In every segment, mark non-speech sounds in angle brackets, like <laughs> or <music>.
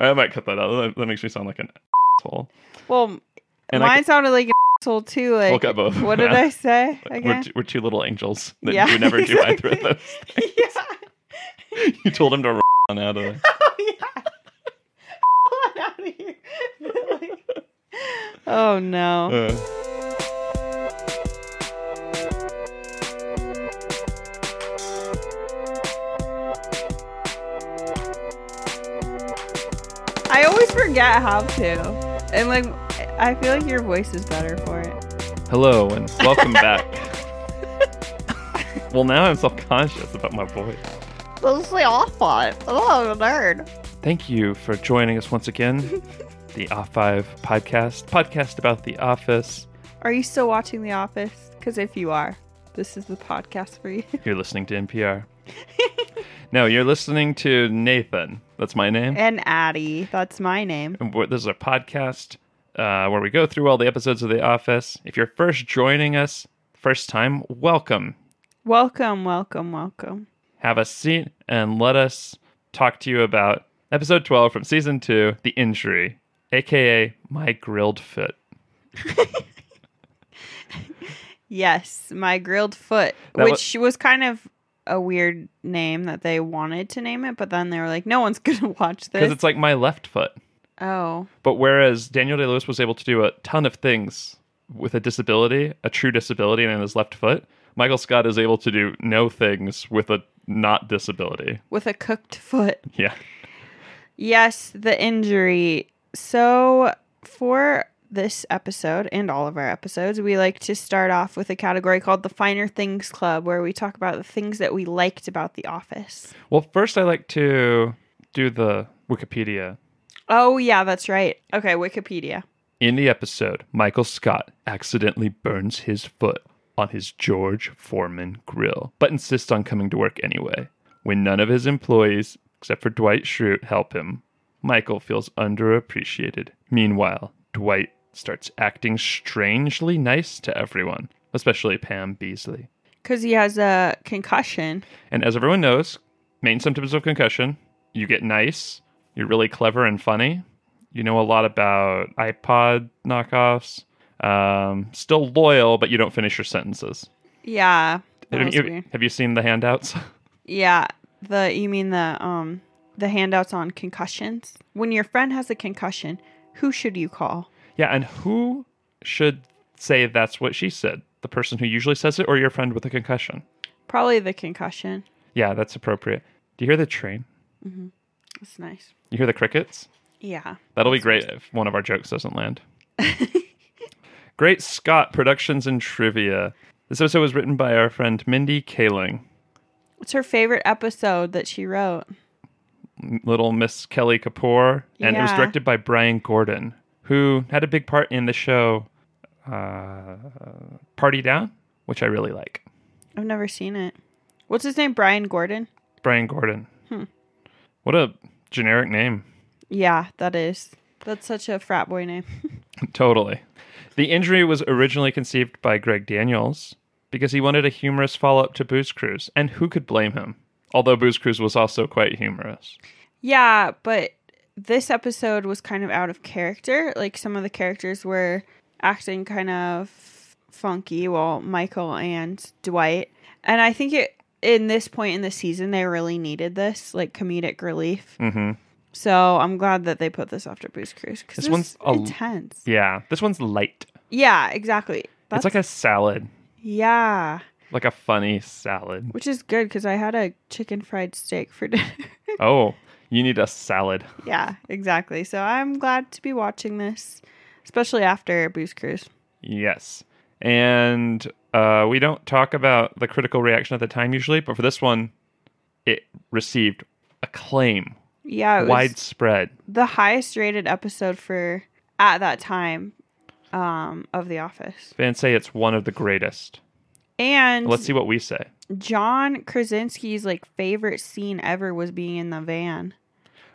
I might cut that out. That, that makes me sound like an <laughs> asshole. Well, And I mine sounded like an asshole too. Like, Look at both. what did I say We're, again? two, we're two little angels that Yeah, we <laughs> never do either of exactly. those. yeah. <laughs> You told him to <laughs> roll on out of Oh, yeah. <laughs> Get out of here. <laughs> Really. oh no. uh, I always forget how to. And like I feel like your voice is better for it. Hello and welcome back. <laughs> well, now I'm self conscious about my voice. This is awful. Oh, a nerd. Thank you for joining us once again. the R5 podcast, podcast about The Office. Are you still watching The Office? Because if you are, this is the podcast for you. <laughs> You're listening to NPR. no, you're listening to Nathan. That's my name. and Addie, that's my name. And we're- This is a podcast uh, where we go through all the episodes of The Office. If you're first joining us, first time, welcome. Welcome, welcome, welcome. Have a seat and let us talk to you about episode 12 from season two The Injury, aka My Grilled Foot. Yes, my grilled foot, That wa- which was, kind of a weird name that they wanted to name it, but then they were like, no one's <laughs> gonna watch Because this. it's like my left foot. oh, But whereas Daniel Day Lewis was able to do a ton of things with a disability, a true disability, and in his left foot, Michael Scott is able to do no things with a not disability. <laughs> with a cooked foot. Yeah. Yes, the injury. So, for this episode and all of our episodes, we like to start off with a category called the Finer Things Club, where we talk about the things that we liked about The Office. Well, first, I like to do the Wikipedia. Oh, yeah, that's right. Okay, Wikipedia. In the episode, Michael Scott accidentally burns his foot on his George Foreman grill, but insists on coming to work anyway. When none of his employees, except for Dwight Schrute, help him, Michael feels underappreciated. Meanwhile, Dwight starts acting strangely nice to everyone, especially Pam Beasley. Because he has a concussion. And as everyone knows, main symptoms of concussion you get nice, you're really clever and funny. You know a lot about iPod knockoffs. Um, still loyal, but you don't finish your sentences. Yeah. That Have was you, weird. have you seen the handouts? <laughs> Yeah. The you mean the um the handouts on concussions? When your friend has a concussion, who should you call? yeah, and who should say that's what she said? The person who usually says it or your friend with a concussion? Probably the concussion. Yeah, that's appropriate. Do you hear the train? That's nice. You hear the crickets? Yeah. That'll be great if one of our jokes doesn't land. great Scott Productions and Trivia. This episode was written by our friend Mindy Kaling, What's her favorite episode that she wrote? Little Miss Kelly Kapoor, and it was Yeah. directed by Brian Gordon, who had a big part in the show uh, Party Down, which I really like. I've never seen it. What's his name? Brian Gordon? Brian Gordon. What a generic name. Yeah, that is. That's such a frat boy name. Totally. The injury was originally conceived by Greg Daniels because he wanted a humorous follow up to Booze Cruise, and who could blame him? Although Booze Cruise was also quite humorous. yeah, but this episode was kind of out of character. Like some of the characters were acting kind of funky, well, Michael and Dwight. And I think it in this point in the season they really needed this, like comedic relief. hmm So I'm glad that they put this after Boost Cruise because This it one's was a- intense. Yeah, this one's light. Yeah, exactly. It's like a salad, yeah. like a funny salad. Which is good because I had a chicken fried steak for <laughs> dinner. oh, you need a salad. yeah, exactly. So I'm glad to be watching this, especially after Boost Cruise. Yes. And uh, we don't talk about the critical reaction at the time usually, but for this one, it received acclaim, Yeah, it was widespread. the highest rated episode for at that time um, of The Office. Fans say it's one of the greatest. And Let's see what we say. John Krasinski's like favorite scene ever was being in the van.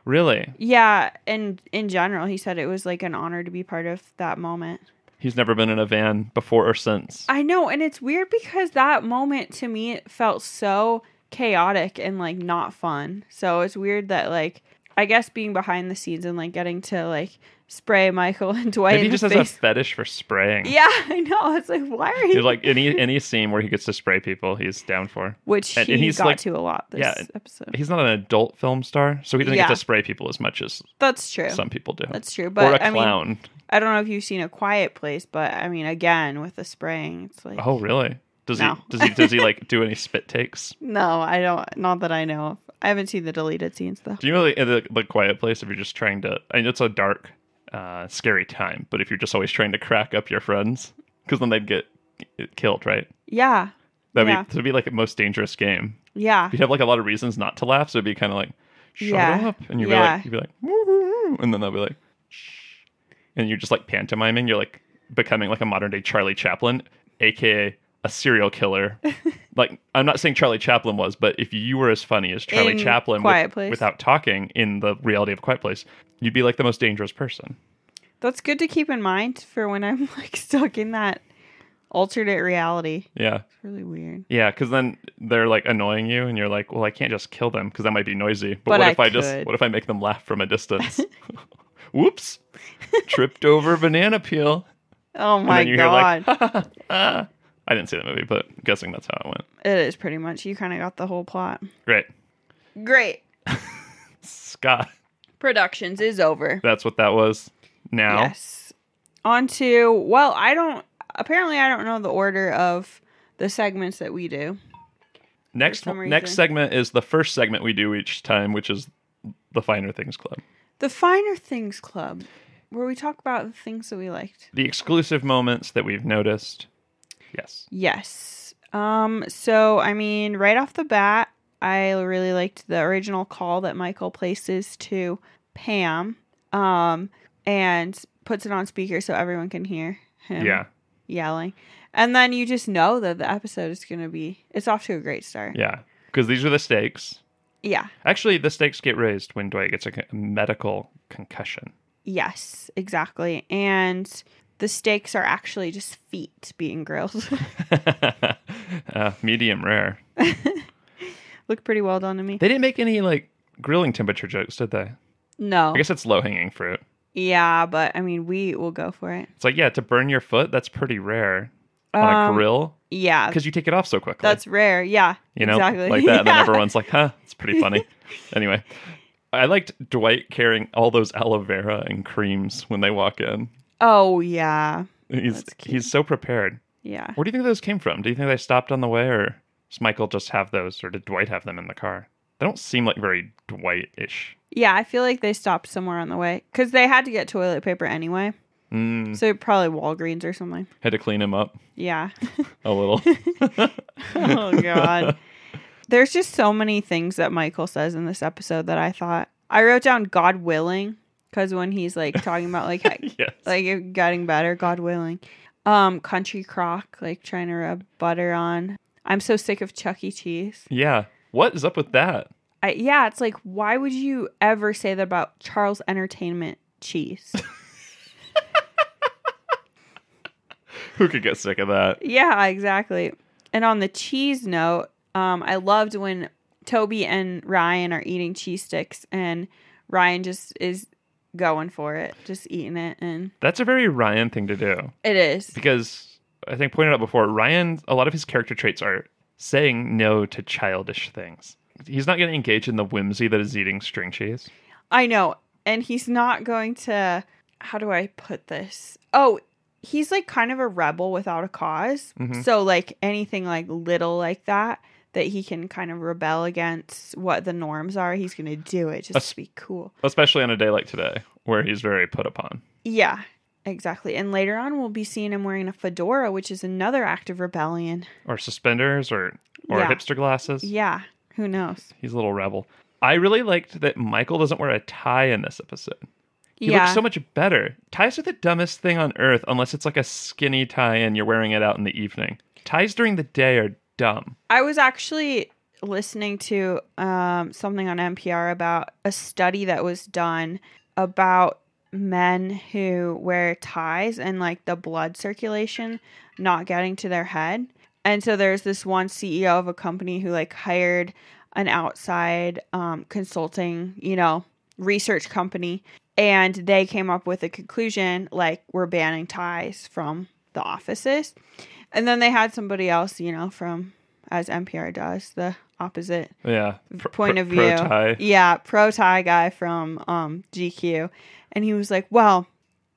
Really? Yeah, and in general, he said it was like an honor to be part of that moment. He's never been in a van before or since. I know, and it's weird because that moment to me felt so chaotic and like not fun. So it's weird that like I guess being behind the scenes and like getting to like spray Michael <laughs> and Dwight Maybe he in just the has a face. fetish for spraying. <laughs> yeah, <laughs> I know. It's like why are you He's like any any scene where he gets to spray people, he's down for. which and- he and he's, got like- to a lot this yeah, and- episode. He's not an adult film star, so he doesn't Yeah. get to spray people as much as That's true. some people do. That's true. or But a I mean, clown. I don't know if you've seen a quiet place, but I mean, again with the spraying, it's like oh, really? Does No. he does he does he like do any spit takes? no, I don't. Not that I know. of. I haven't seen the deleted scenes though. Do you know like, in the, the quiet place if you're just trying to? I mean, it's a dark, uh, scary time. But if you're just always trying to crack up your friends, because then they'd get get killed, right? Yeah, That'd Yeah. be to be like a most dangerous game. yeah, You'd have like a lot of reasons not to laugh, so it'd be kind of like, shut Yeah. up, and you'd be Yeah. like, you'd be like, "Woo, woo, woo," and then they'll be like, shh, and you're just like pantomiming. You're like becoming like a modern day Charlie Chaplin, aka a serial <laughs> killer. like I'm not saying Charlie Chaplin was, but if you were as funny as Charlie In Chaplin Quiet with- Place. without talking in the reality of Quiet Place, you'd be like the most dangerous person. that's good to keep in mind for when I'm <laughs> like stuck in that alternate reality. Yeah. It's really weird. Yeah, because then they're like annoying you, and you're like, "Well, I can't just kill them because that might be noisy." But, But what I if I just could. what if I make them laugh from a <laughs> distance? <laughs> Whoops, tripped over a banana peel. Oh And my then you god, <laughs> hear like, ah. <laughs> I didn't see that movie, but I'm guessing that's how it went. it is pretty much. You kind of got the whole plot. Great, Great. Scott. Productions is over. That's what that was. Now, Yes. On to, well, I don't, apparently, I don't know the order of the segments that we do. next some next reason. segment is the first segment we do each time, which is the Finer Things Club, The Finer Things Club, where we talk about the things that we liked. the exclusive moments that we've noticed. Yes, Yes. Um, so, I mean, right off the bat, I really liked the original call that Michael places to Pam um, and puts it on speaker so everyone can hear him. yeah, yelling. And then you just know that the episode is going to be, it's off to a great start. Yeah. yeah, because these are the stakes. Actually, the stakes get raised when Dwight gets a con- medical <laughs> concussion. Yes, exactly. And the stakes are actually just feet being grilled. <laughs> uh, medium rare. Look pretty well done to me. They didn't make any like grilling temperature jokes, did they? No. I guess it's low hanging fruit. Yeah, but I mean, we will go for it. It's like yeah, to burn your foot that's pretty rare on a Um, grill Yeah. because you take it off so quickly. That's rare. Yeah. you know exactly. like that, and then <laughs> Yeah. everyone's like, huh, it's pretty <laughs> funny. anyway, I liked Dwight carrying all those aloe vera and creams when they walk in. Oh, yeah. He's That's cute. he's so prepared. Yeah. Where do you think those came from? Do you think they stopped on the way, or does Michael just have those, or did Dwight have them in the car? They don't seem like very Dwight-ish. Yeah, I feel like they stopped somewhere on the way because they had to get toilet paper anyway. Mm, So probably Walgreens or something. had to clean him up <laughs> Yeah. <laughs> a little. oh god there's just so many things that michael says in this episode that i thought i wrote down god willing because when he's like talking about like <laughs> he- yes. like it getting better god willing um country crock like trying to rub butter on i'm so sick of chuck e cheese yeah. What is up with that? I, yeah it's like why would you ever say that about charles entertainment <laughs> cheese Who could get sick of that? Yeah, exactly. And on the cheese note, um, I loved when Toby and Ryan are eating cheese sticks, and Ryan just is going for it, just eating it, and That's a very Ryan thing to do it is. because I think pointed out before, Ryan, a lot of his character traits are saying no to childish things. He's not going to engage in the whimsy that is eating string cheese. I know, and he's not going to. How do I put this? Oh, he's like kind of a rebel without a because Mhm. So like anything like little like that that he can kind of rebel against what the norms are, he's gonna do it just Us- to be cool. Especially on a day like today, where he's very put upon. Yeah, exactly. And later on, we'll be seeing him wearing a fedora, which is another act of rebellion. Or suspenders or, or Yeah. hipster glasses. Yeah, who knows? He's a little rebel. I really liked that Michael doesn't wear a tie in this episode. He yeah, looks so much better. Ties are the dumbest thing on earth unless it's like a skinny tie and you're wearing it out in the evening. Ties during the day are dumb. I was actually listening to um, something on NPR about a study that was done about men who wear ties and like the blood circulation not getting to their head. And so there's this one E CEO of a company who like hired an outside um, consulting, you know, research company, and they came up with a conclusion like we're banning ties from the offices. And then they had somebody else, you know, from as NPR does, the opposite Yeah. Pro- point pro- of view. pro-tie. Yeah, pro tie guy from um, GQ, and he was like, "Well,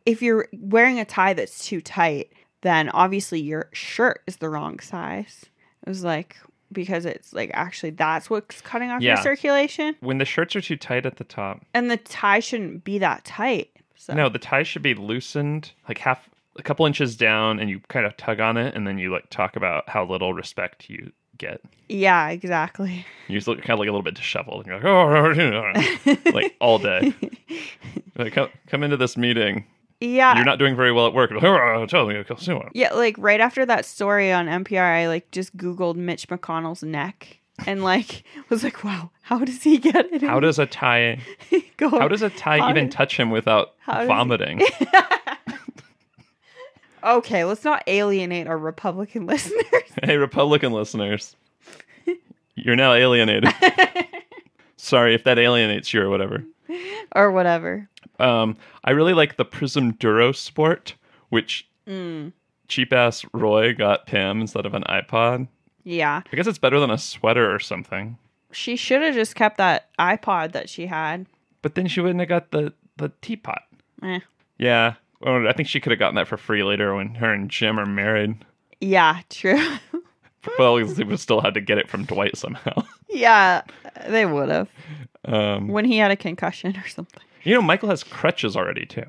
if you're wearing a tie that's too tight, then obviously your shirt is the wrong size." It was like because it's like actually that's what's cutting off Yeah. your circulation, When the shirts are too tight at the top, and the tie shouldn't be that tight. So no, the tie should be loosened, like half, a couple inches down, and you kind of tug on it, and then you like talk about how little respect you get. yeah, exactly. You just look kind of like a little bit disheveled. And you're like, oh, like all <laughs> day. Like, come, come into this meeting. yeah, You're not doing very well at work. Oh, tell me, I'll see you. Yeah, like right after that story on NPR, I like just Googled Mitch McConnell's neck and like <laughs> was like, wow, how does he get it? <laughs> How does a tie? go? How does a tie How even did- touch him without how does it- <laughs> vomiting? okay, let's not alienate our Republican <laughs> listeners. hey, Republican listeners, you're now <laughs> alienated. Sorry if that alienates you or whatever. or whatever. Um, I really like the Prism Duro Sport, which Mm, cheap ass Roy got Pam instead of an iPod. Yeah. I guess it's better than a sweater or something. She should have just kept that iPod that she had. But then she wouldn't have got the the teapot. Eh. Yeah, Or I think she could have gotten that for free later when her and Jim are married. Yeah, true. <laughs> Well, they would still had to get it from Dwight somehow. <laughs> yeah, they would have. Um, When he had a concussion or something. you know, Michael has crutches already too.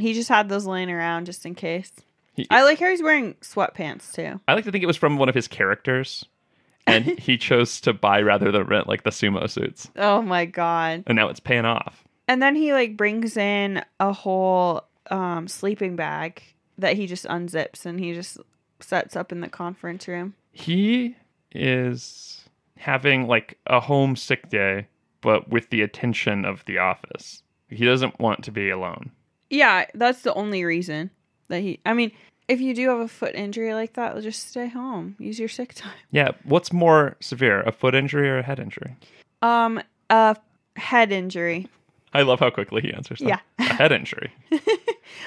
He just had those laying around just in case. He- I like how he's wearing sweatpants too. I like to think it was from one of his characters, <laughs> and he chose to buy rather than rent, like the sumo suits, Oh my god. and now it's paying off. And then he like brings in a whole um, sleeping bag that he just unzips and he just sets up in the conference room. He is having like a home sick day, but with the attention of the office. He doesn't want to be alone. Yeah, that's the only reason that he. I mean, if you do have a foot injury like that, just stay home. Use your sick time. Yeah, what's more severe, a foot injury or a head injury? Um, a head injury. I love how quickly he answers. That. Yeah. <laughs> a head injury.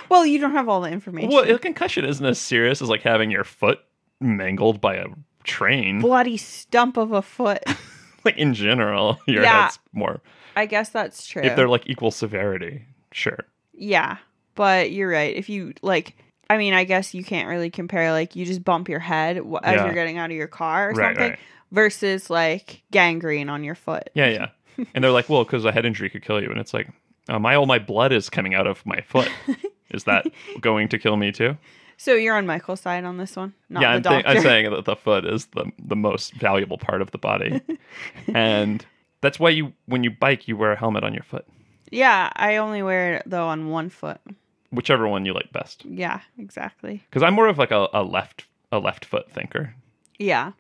Well, you don't have all the information. well, a concussion isn't as serious as like having your foot mangled by a train. Bloody stump of a foot. <laughs> Like in general, <laughs> your Yeah. head's more. I guess that's true. If they're like equal severity, sure. Yeah, but you're right. If you like, I mean, I guess you can't really compare. Like, you just bump your head w- as Yeah. you're getting out of your car or Right, something, right. versus like gangrene on your foot. Yeah, <laughs> yeah. and they're like, well, because a head injury could kill you, and it's like, uh, my all my blood is coming out of my <laughs> foot. Is that going to kill me too? So you're on Michael's side on this one, not yeah, the I'm, thi- doctor. I'm saying that the foot is the the most valuable part of the body, and that's why you when you bike you wear a helmet on your foot, <laughs> yeah, I only wear it though on one foot. whichever one you like best. Yeah, exactly. because I'm more of like a, a left a left foot thinker. Yeah,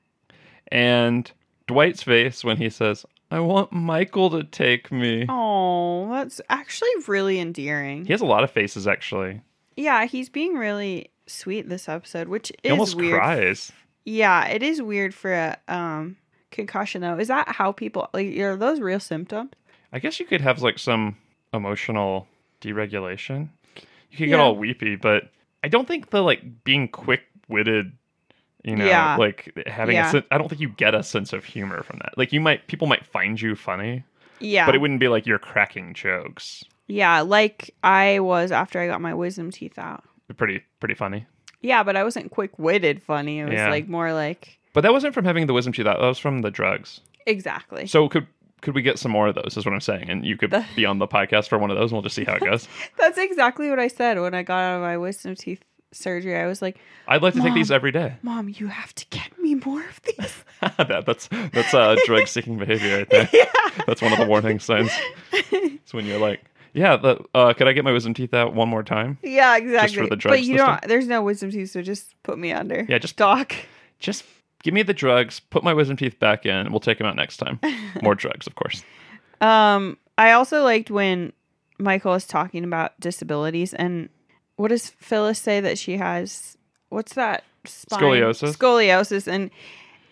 And Dwight's face when he says, "I want Michael to take me." oh, that's actually really endearing. He has a lot of faces actually. Yeah, he's being really sweet this episode, which He is almost weird. cries. Yeah, it is weird for a um concussion though. Is that how people like are those real symptoms? I guess you could have like some emotional deregulation. You could get Yeah. all weepy, but I don't think the like being quick witted. You know, Yeah. like having Yeah. a sen- I don't think you get a sense of humor from that. Like you might people might find you funny, Yeah. but it wouldn't be like you're cracking jokes. yeah, like I was after I got my wisdom teeth out. Pretty pretty funny. Yeah, but I wasn't quick witted funny. It was Yeah. like more like But that wasn't from having the wisdom teeth. That that was from the drugs. exactly. <laughs> So could could we get some more of those? Is what I'm saying. And you could The- be on the podcast for one of those, and we'll just see how it <laughs> goes. That's exactly what I said when I got out of my wisdom teeth surgery. I was like, I'd like to take Mom. these every day. <laughs> Mom, you have to get me more of these. that, that's that's uh, drug seeking behavior right there. yeah. That's one of the warning signs. It's when you're like, yeah, the, uh, could I get my wisdom teeth out one more time? <laughs> Yeah, exactly. the but drugs you this don't there's no wisdom teeth, so just put me under. Yeah, just- doc. Just give me the drugs, put my wisdom teeth back in, and we'll take them out next time. More drugs, of <laughs> course. Um, I also liked when Michael is talking about disabilities and what does Phyllis say that she has? What's that? Spine? Scoliosis? Scoliosis, and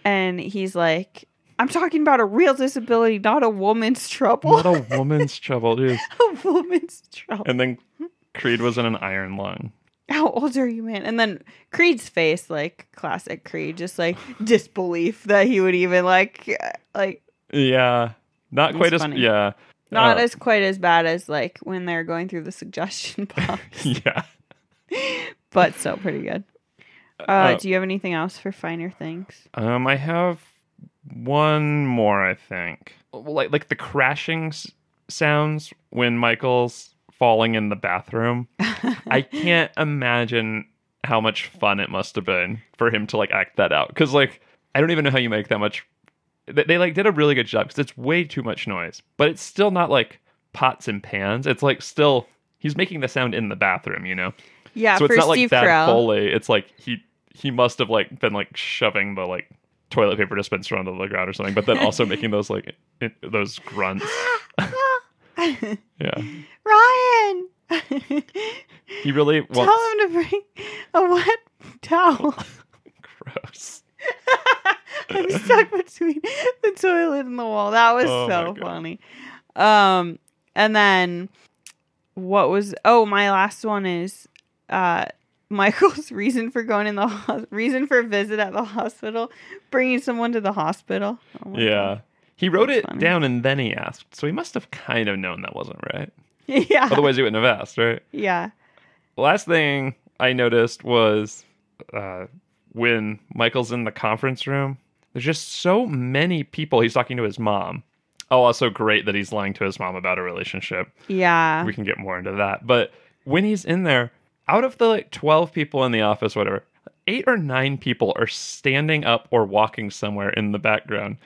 and he's like, I'm talking about a real disability, not a woman's trouble. Not a woman's trouble, dude. <laughs> a woman's trouble. And then Creed was in an iron lung. How old are you, man? And then Creed's face, like classic Creed, just like disbelief that he would even like, like Yeah, not That's quite as funny. yeah, not Uh, as quite as bad as like when they're going through the suggestion <laughs> box, <laughs> yeah. but still pretty good. Uh, Uh, do you have anything else for finer things? <laughs> Um, I have one more. I think like like the crashing s- sounds when Michael's falling in the bathroom. I can't imagine how much fun it must have been for him to like act that out. Because like I don't even know how you make that much. They, they like did a really good job because it's way too much noise, but it's still not like pots and pans. It's like still he's making the sound in the bathroom, you know. yeah, so for it's not like Steve Thad Carell. <laughs> Foley. It's like he he must have like been like shoving the like toilet paper dispenser onto the ground or something, but then also making those like i those grunts. Yeah, Ryan, <laughs> he really wants. tell him to bring a wet towel. <laughs> Gross. <laughs> I'm stuck between the toilet and the wall. That was Oh my so God. funny. Um, and then what was? Oh, my last one is uh, <laughs> Michael's reason for going in the hos- reason for visit at the hospital, bringing someone to the hospital. Oh my God. <laughs> Yeah. He wrote That's it funny. down and then he asked. So he must have kind of known that wasn't <laughs> right. yeah, Otherwise, he wouldn't have asked, right? yeah. The last thing I noticed was uh, when Michael's in the conference room, there's just so many people. He's talking to his mom. Oh, also great that he's lying to his mom about a relationship. Yeah. We can get more into that. But when he's in there, out of the like 12 people in the office, whatever, eight or nine people are standing up or walking somewhere in the background,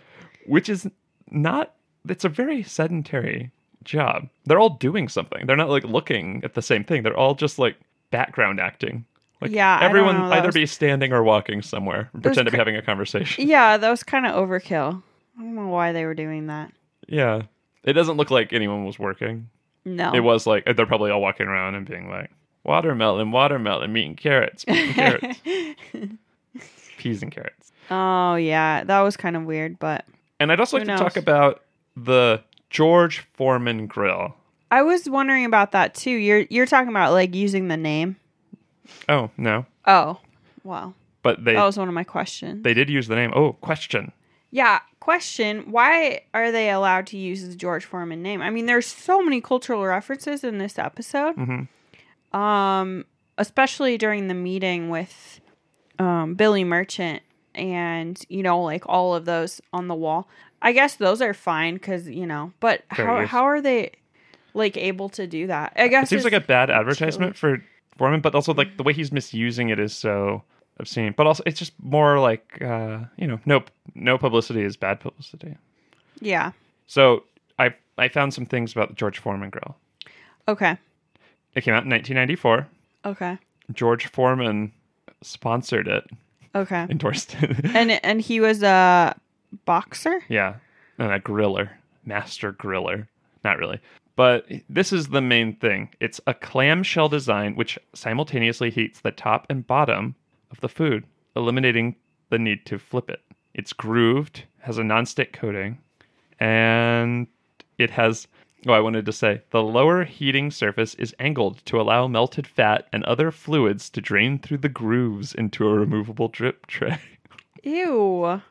which is not, it's a very sedentary job. They're all doing something. They're not like looking at the same thing. They're all just like background acting. Like Yeah, I don't everyone know. That either was- be standing or walking somewhere, and was pretend to be cr- having a <laughs> conversation. Yeah, that was kind of overkill. I don't know why they were doing that. Yeah. It doesn't look like anyone was working. No. <laughs> It was like they're probably all walking around and being like, watermelon, watermelon, meat and carrots, meat and <laughs> carrots, peas and carrots. oh yeah, that was kind of weird, but And I'd also Who like to talk knows? about the George Foreman grill. I was wondering about that too. You're you're talking about like using the name. Oh no, Oh, wow. but they That was one of my questions. they did use the name. Oh, question. yeah, question. Why are they allowed to use the George Foreman name? I mean, there's so many cultural references in this episode. Mhm. Um, especially during the meeting with um, Billy Merchant and, you know, like all of those on the wall. I guess those are fine cuz, you know, but Fair how use. how are they like able to do that? I It guess seems it's- like a bad advertisement for Foreman, but also like the way he's misusing it is so obscene. But also, it's just more like uh, you know, no no publicity is bad publicity. Yeah. So I I found some things about the George Foreman grill. Okay. It came out in 1994. Okay. George Foreman sponsored it, Okay. endorsed it. and and he was a boxer. yeah. And a griller, master griller. Not really. But this is the main thing it's a clamshell design which simultaneously heats the top and bottom of the food, eliminating the need to flip it. It's grooved, has a nonstick coating, and it has. Oh, I wanted to say the lower heating surface is angled to allow melted fat and other fluids to drain through the grooves into a removable drip tray. <laughs> Ew.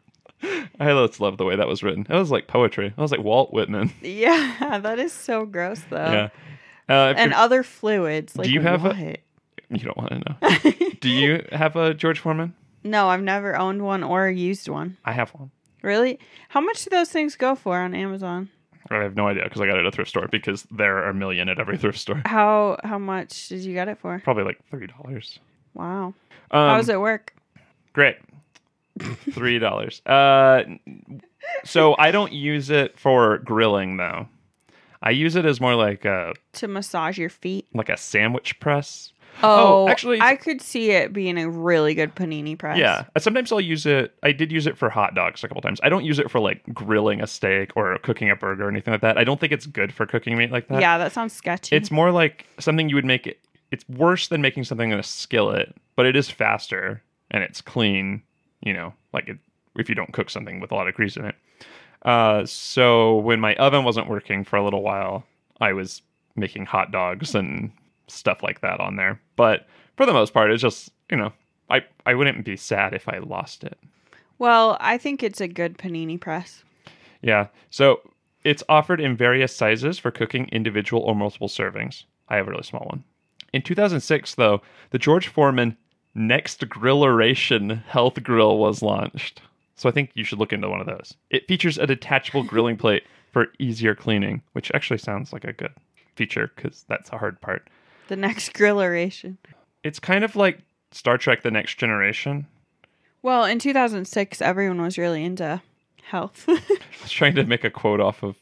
I just love the way that was written. That was like poetry. I was like Walt Whitman. Yeah, <laughs> that is so gross though. yeah. Uh, if Oh. And other fluids. Like, you have a- what? you're- you don't want to <laughs> know. Do you have a George Foreman? no, I've never owned one or used one. I have one. Really? How much do those things go for on Amazon? I have no idea because I got it at a thrift store because there are a million at every thrift <laughs> store. How how much did you get it for? Probably like three dollars. Wow. Um, How does it work? Great. Three dollars. Uh, so I don't use it for grilling though. I use it as more like a To massage your feet? like a sandwich press. Oh, actually- actually, I could see it being a really good panini press. Yeah. Uh, Sometimes I'll use it. I did use it for hot dogs a couple times. I don't use it for like grilling a steak or cooking a burger or anything like that. I don't think it's good for cooking meat like that. yeah, that sounds sketchy. It's more like something you would make it. It's worse than making something in a skillet, but it is faster and it's clean. You know, like it if you don't cook something with a lot of grease in it. Uh, so when my oven wasn't working for a little while, I was making hot dogs and stuff like that on there. But for the most part, it's just you know I I wouldn't be sad if I lost it. Well, I think it's a good panini press. Yeah. So it's offered in various sizes for cooking individual or multiple servings. I have a really small one. In 2006, though, the George Foreman Next Grilleration Health Grill was launched. So I think you should look into one of those. It features a detachable grilling plate for easier cleaning, which actually sounds like a good feature because that's a hard part. The next <laughs> grilleration. It's kind of like Star Trek The Next Generation. Well, in 2006, everyone was really into health. <laughs> I was <laughs> trying to make a quote off of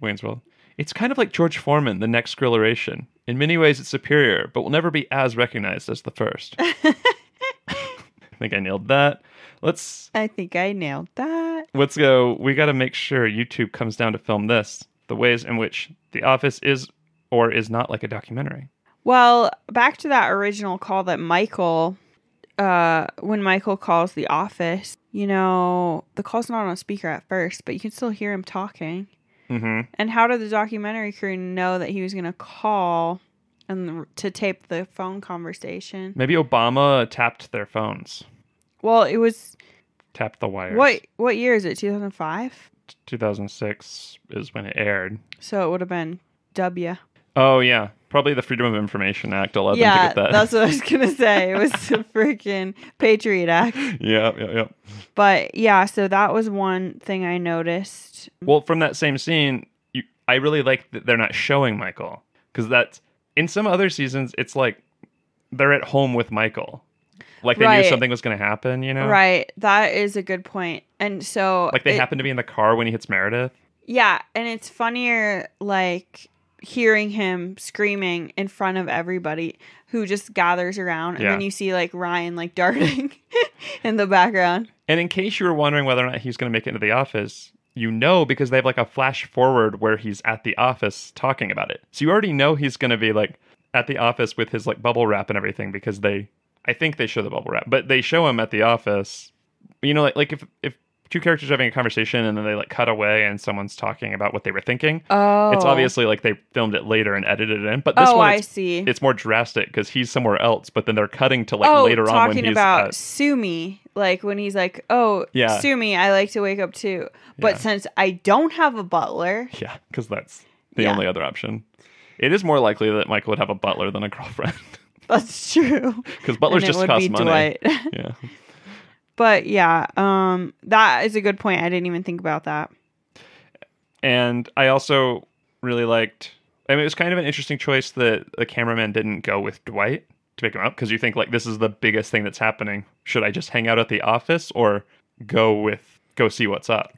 Wayne's World. It's kind of like George Foreman, the next grilleration. In many ways, it's superior, but will never be as recognized as the <laughs> first. <laughs> I think I nailed that. Let's I think I nailed that. let's go. We got to make sure YouTube comes down to film this. The ways in which The Office is or is not like a documentary. Well, back to that original call that Michael, uh, when Michael calls the office, you know, the call's not on speaker at first, but you can still hear him talking. Mm-hmm. And how did the documentary crew know that he was going to call and to tape the phone conversation? Maybe Obama tapped their phones, Well, it was tapped the wires. what what year is it? 2005. 2006 is when it aired. So it would have been W. Oh yeah, probably the Freedom of Information Act allowed them yeah, to get Oh, that. that's what I was going to say. <laughs> It was the freaking Patriot Act. yeah, yeah, yeah. But yeah, so that was one thing I noticed. Well, from that same scene, you, I really like that they're not showing Michael because that's in some other seasons it's like they're at home with Michael, like they Right. knew something was going to happen, you know? Right. That is a good point. And so Like they it- happen to be in the car when he hits Meredith. Yeah, and it's funnier like hearing him screaming in front of everybody who just gathers around and then Yeah. you see like Ryan like darting <laughs> in the background. And in case you were wondering whether or not he's going to make it into the office, you know because they have like a flash forward where he's at the office talking about it. So you already know he's going to be like at the office with his like bubble wrap and everything because they, I think they show the bubble wrap, but they show him at the office. You know, like, like if if two characters are having a conversation and then they like cut away and someone's talking about what they were thinking, Oh. it's obviously like they filmed it later and edited it in. But this oh, one, I it's, see. it's more drastic because he's somewhere else, but then they're cutting to like later Oh, talking on when he's about at- Sumi, like when he's like, "Oh, Yeah. Sumi, I like to wake up too, but Yeah. since I don't have a butler, <laughs> <laughs> Yeah, because that's the Yeah. only other option. It is more likely that Michael would have a butler than a <laughs> girlfriend that's true." because butlers And just cost money. Dwight. <laughs> Yeah. but yeah, um, that is a good point. I didn't even think about that. And I also really liked. I mean, it was kind of an interesting choice that the cameraman didn't go with Dwight to pick him up because you think like this is the biggest thing that's happening. Should I just hang out at the office or go with go see what's up?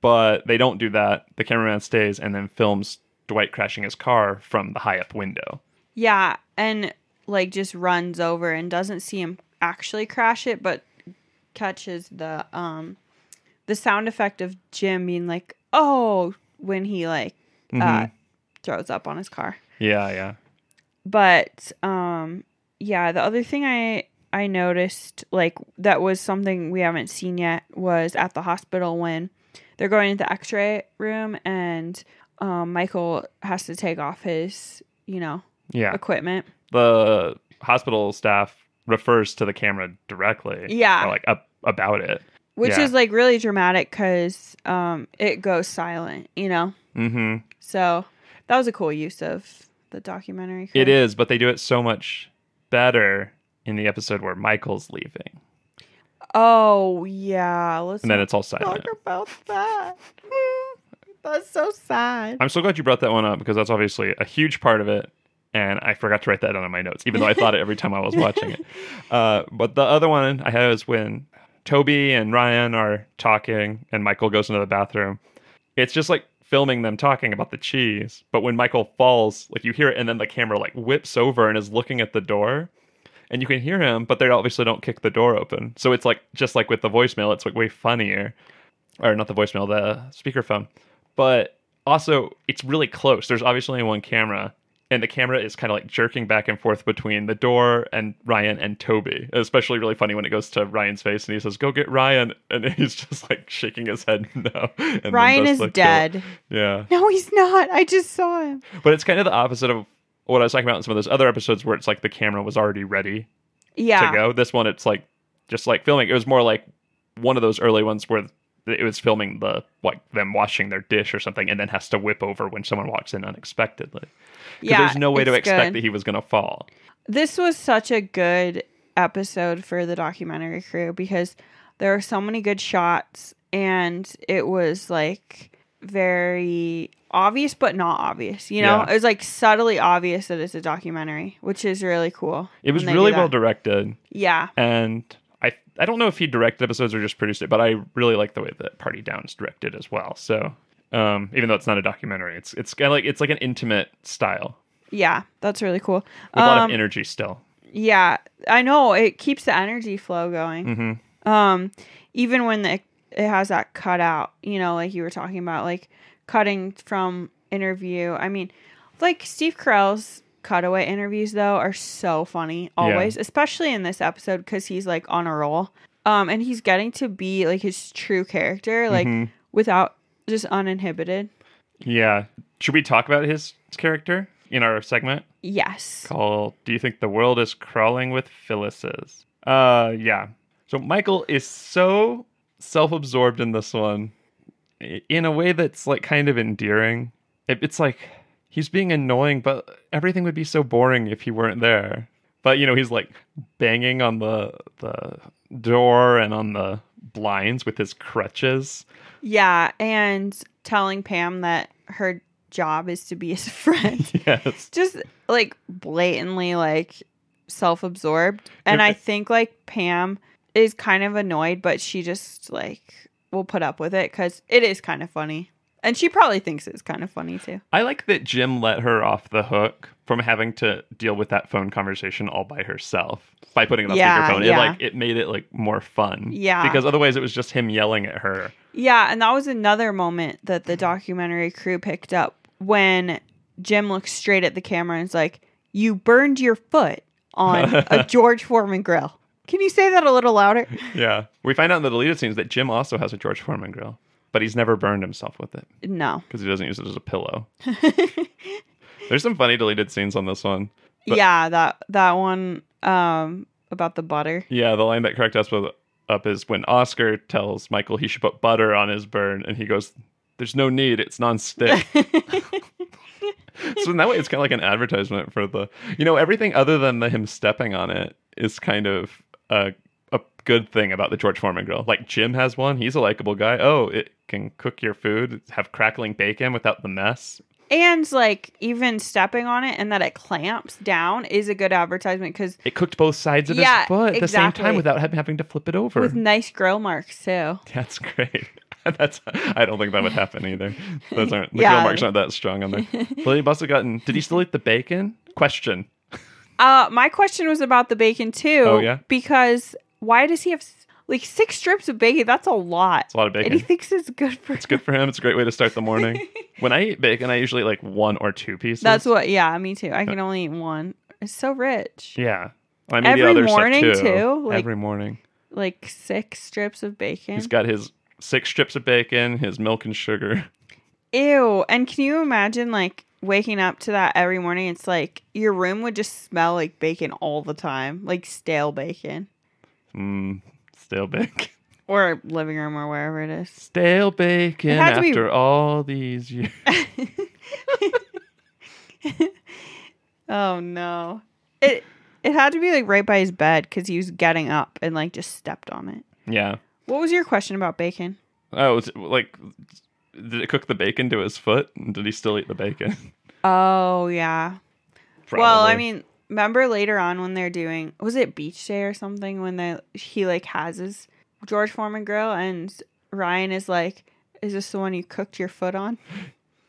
But they don't do that. The cameraman stays and then films Dwight crashing his car from the high up window. Yeah, and like just runs over and doesn't see him actually crash it, but catches the um the sound effect of Jim being like, "Oh," when he like uh, Mhm. throws up on his car. yeah, yeah. but um yeah the other thing i i noticed like that was something we haven't seen yet was at the hospital when they're going into the x-ray room and um, michael has to take off his you know Yeah. equipment the hospital staff refers to the camera directly. Yeah. or, like up about it. which Oh, Yeah. is like really dramatic because um it goes silent you know Mm-hmm. so that was a cool use of the documentary crew. It is, but they do it so much better in the episode where Michael's leaving, oh yeah let's and then it's all talk silent. about that <laughs> that's so sad I'm so glad you brought that one up because that's obviously a huge part of it. And I forgot to write that down in my notes, even though I thought it every time I was watching it. Uh, but the other one I had was when Toby and Ryan are talking and Michael goes into the bathroom. It's just like filming them talking about the cheese. But when Michael falls, like you hear it, and then the camera like whips over and is looking at the door. And you can hear him, but they obviously don't kick the door open. So it's like, just like with the voicemail, it's like way funnier. Or not the voicemail, the speakerphone. But also it's really close. There's obviously only one camera. and the camera is kind of like jerking back and forth between the door and Ryan and Toby. Especially really funny when it goes to Ryan's face and he says, "Go get Ryan," <laughs> and he's just like shaking his head <laughs> no. And then Ryan does is the kill. <laughs> dead. Yeah, No, he's not. I just saw him. but it's kind of the opposite of what I was talking about in some of those other episodes where it's like the camera was already ready Yeah. to go. This one, it's like just like filming. It was more like one of those early ones where it was filming the like them washing their dish or something, and then has to whip over when someone walks in unexpectedly. 'Cause Yeah. there's no way to it's expect good. that he was going to fall. This was such a good episode for the documentary crew because there are so many good shots and it was like very obvious but not obvious, you know? Yeah. It was like subtly obvious that it's a documentary, which is really cool. It was when they do really well that. directed, Yeah. and I I don't know if he directed episodes or just produced it, but I really like the way that Party Down is directed as well. So um, even though it's not a documentary, it's it's kind of like it's like an intimate style Yeah. That's really cool. with a lot Um, of energy still. Yeah, I know it keeps the energy flow going. hmm Um, even when the, it has that cut out, you know, like you were talking about, like cutting from interview. I mean, like Steve Carell's cutaway interviews though are so funny always, especially in this episode because he's like on a roll. Um, and he's getting to be like his true character, like Mhm. without just uninhibited. Yeah. Should we talk about his character in our segment Yes. called "Do You Think the World Is Crawling with Phyllis's?" Uh, yeah. So Michael is so self-absorbed in this one, i- in a way that's like kind of endearing. It- It's like he's being annoying, but everything would be so boring if he weren't there. But you know, he's like banging on the the door and on the blinds with his crutches. <laughs> Yeah, and telling Pam that her job is to be his <laughs> friend. Yes. just like blatantly like self-absorbed and i think like pam is kind of annoyed but she just like will put up with it because it is kind of funny and she probably thinks it's kind of funny too I like that Jim let her off the hook from having to deal with that phone conversation all by herself by putting it on Yeah, speakerphone. yeah. It like it made it like more fun. Yeah. Because otherwise it was just him yelling at her. yeah and that was another moment that the documentary crew picked up when jim looks straight at the camera and is like you burned your foot on a george foreman grill can you say that a little louder Yeah. We find out in the deleted scenes that Jim also has a George Foreman grill, but he's never burned himself with it no because he doesn't use it as a pillow. <laughs> There's some funny deleted scenes on this one. But- yeah that that one um about the butter Yeah, the line that cracked us with up is when Oscar tells Michael he should put butter on his burn, and he goes, "There's no need; it's <laughs> non-stick." <laughs> so in that way, it's kind of like an advertisement for the, you know, everything other than the him stepping on it is kind of a a good thing about the George Foreman grill. Like Jim has one; he's a likable guy. Oh, it can cook your food, have crackling bacon without the mess. and like even stepping on it and that it clamps down is a good advertisement because It cooked both sides of Yeah, his foot at the same exactly. time without him having to flip it over. with nice grill marks too <laughs> That's great. That's I don't think that would happen either. Those aren't the Yeah. grill marks aren't that strong on there. But he must have gotten. Did he still eat the bacon? Question. uh my question was about the bacon too Oh, yeah? because why does he have s- like six strips of bacon that's a lot It's a lot of and he bacon. thinks it's good for It's good for him. It's a great way to start the morning. <laughs> When I eat bacon, I usually like one or two pieces. that's what yeah me too i can only eat one it's so rich Yeah. I mean, Every the other stuff, morning, too? Like- Every morning, like six strips of bacon he's got his six strips of bacon, his milk and sugar. <laughs> Ew. And can you imagine like waking up to that every morning? It's like your room would just smell like bacon all the time, like stale bacon Mm, stale bacon. <laughs> or living room or wherever it is. Stale bacon had to be- after all these years. <laughs> Oh no. It it had to be like right by his bed cuz he was getting up and like just stepped on it. yeah. What was your question about bacon? Oh, it's like, did it cook the bacon to his foot? And Did he still eat the bacon? Oh yeah. <laughs> Well, I Probably. mean, remember later on when they're doing was it beach day or something when they he like has his George Foreman grill and Ryan is like, "Is this the one you cooked your foot on?"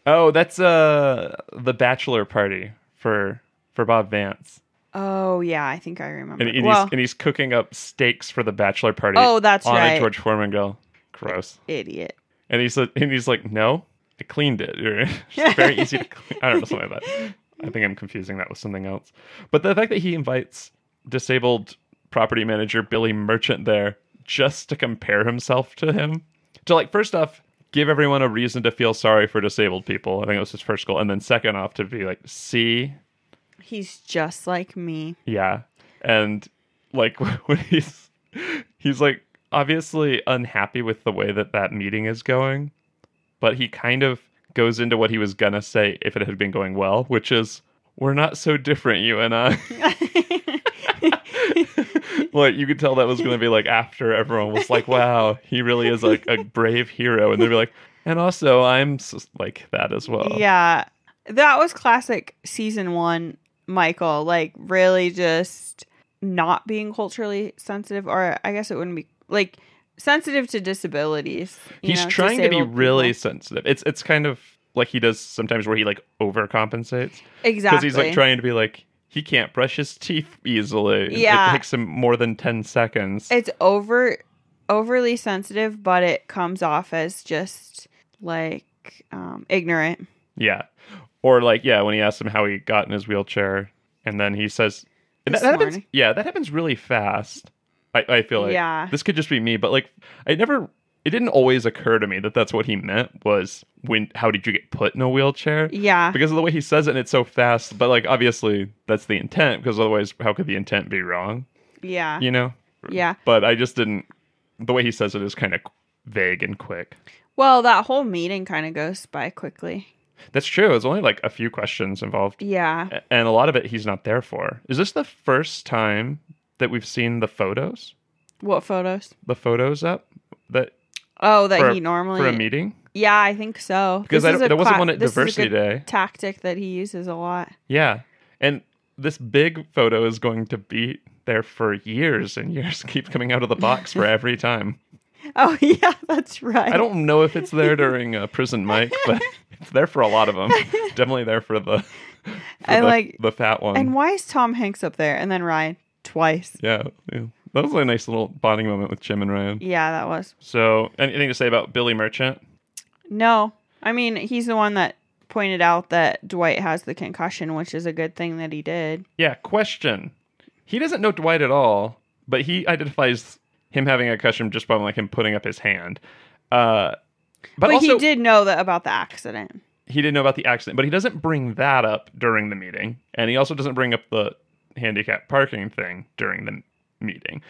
Oh, that's uh the bachelor party for for Bob Vance, Oh yeah, I think I remember. and, and well, he's and he's cooking up steaks for the bachelor party. oh, that's on right, a George Foreman grill. Gross. idiot. <laughs> And he said, and he's like, no, I cleaned it. Or, it's very easy to clean. I don't know something like that. I think I'm confusing that with something else. But the fact that he invites disabled property manager Billy Merchant there just to compare himself to him, to like, first off, give everyone a reason to feel sorry for disabled people. I think it was his first goal. And then second off, to be like, see, He's just like me. <laughs> yeah. And like, <laughs> when he's, he's like obviously unhappy with the way that that meeting is going, but he kind of goes into what he was gonna say if it had been going well, which is, we're not so different, you and I. <laughs> like you could tell that was going to be like after everyone was like, "Wow, he really is like a brave hero," and they'd be like, "And also, I'm s- like that as well." yeah. That was classic season one, Michael. Like, really just not being culturally sensitive, or I guess it wouldn't be like sensitive to disabilities. you he's know, trying to be disabled really people. sensitive. It's it's kind of like he does sometimes where he like overcompensates exactly. he's like trying to be like he can't brush his teeth easily. Yeah. it takes him more than ten seconds. It's over overly sensitive, but it comes off as just like um, ignorant. yeah, or like yeah, when he asks him how he got in his wheelchair, and then he says, and This that, that happens. morning. Yeah, that happens really fast. I, I feel like yeah. this could just be me but like i never it didn't always occur to me that that's what he meant was when how did you get put in a wheelchair yeah. because of the way he says it and it's so fast but like obviously that's the intent because otherwise how could the intent be wrong Yeah. you know Yeah. but i just didn't the way he says it is kind of vague and quick Well, that whole meeting kind of goes by quickly. that's true it's only like a few questions involved Yeah. a- and a lot of it he's not there for is this the first time that we've seen the photos What photos? the photos up that Oh, that For a- he normally. for a meeting Yeah, I think so. because This I is don't, a there wasn't cla- one at this is a diversity good day Tactic that he uses a lot. <laughs> Yeah. And this big photo is going to be there for years and years, <laughs> keep coming out of the box for every time. Oh yeah, that's right. I don't know if it's there during uh, Prison Mike, <laughs> but it's there for a lot of them. Definitely there for the, for I the, like- the fat one. And why is Tom Hanks up there and then Ryan twice? yeah, yeah. That was a nice little bonding moment with Jim and Ryan. Yeah, that was. So, anything to say about Billy Merchant? No, I mean he's the one that pointed out that Dwight has the concussion, which is a good thing that he did. Yeah, question. He doesn't know Dwight at all, but he identifies him having a concussion just by like him putting up his hand. Uh, but But, also, he did know that about the accident. he didn't know about the accident, but he doesn't bring that up during the meeting, and he also doesn't bring up the handicap parking thing during the meeting.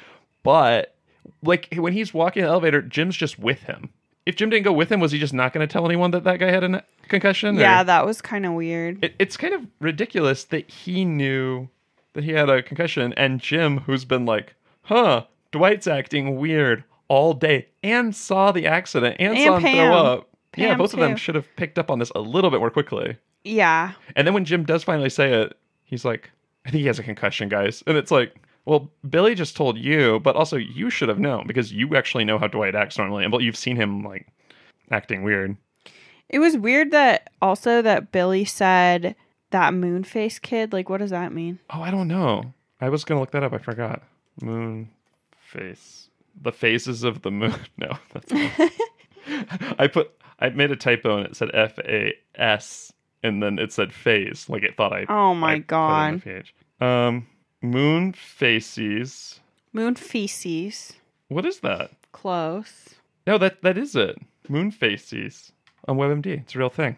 But like when he's walking the elevator, Jim's just with him. If Jim didn't go with him, was he just not going to tell anyone that that guy had a n- concussion? or- Yeah, that was kind of weird. it, it's kind of ridiculous that he knew that he had a concussion, and Jim, who's been like, "Huh, Dwight's acting weird all day," and saw the accident and, And saw him Pam. throw up. yeah, Pam, both of them too. should have picked up on this a little bit more quickly. yeah, And then when Jim does finally say it, he's like, I think he has a concussion, guys. And it's like, well, Billy just told you, but also you should have known because you actually know how Dwight acts normally. And but you've seen him like acting weird. it was weird that also that Billy said that moon face kid. Like, what does that mean? Oh, I don't know. I was gonna look that up. I forgot. Moon face. The phases of the moon. <laughs> No, that's <laughs> not. I put I made a typo and it said F A S and then it said phase. Like it thought I Oh I my put in god, the page. Um moon faces. moon feces. What is that? Close. No, that that is it. Moon faces on WebMD. It's a real thing.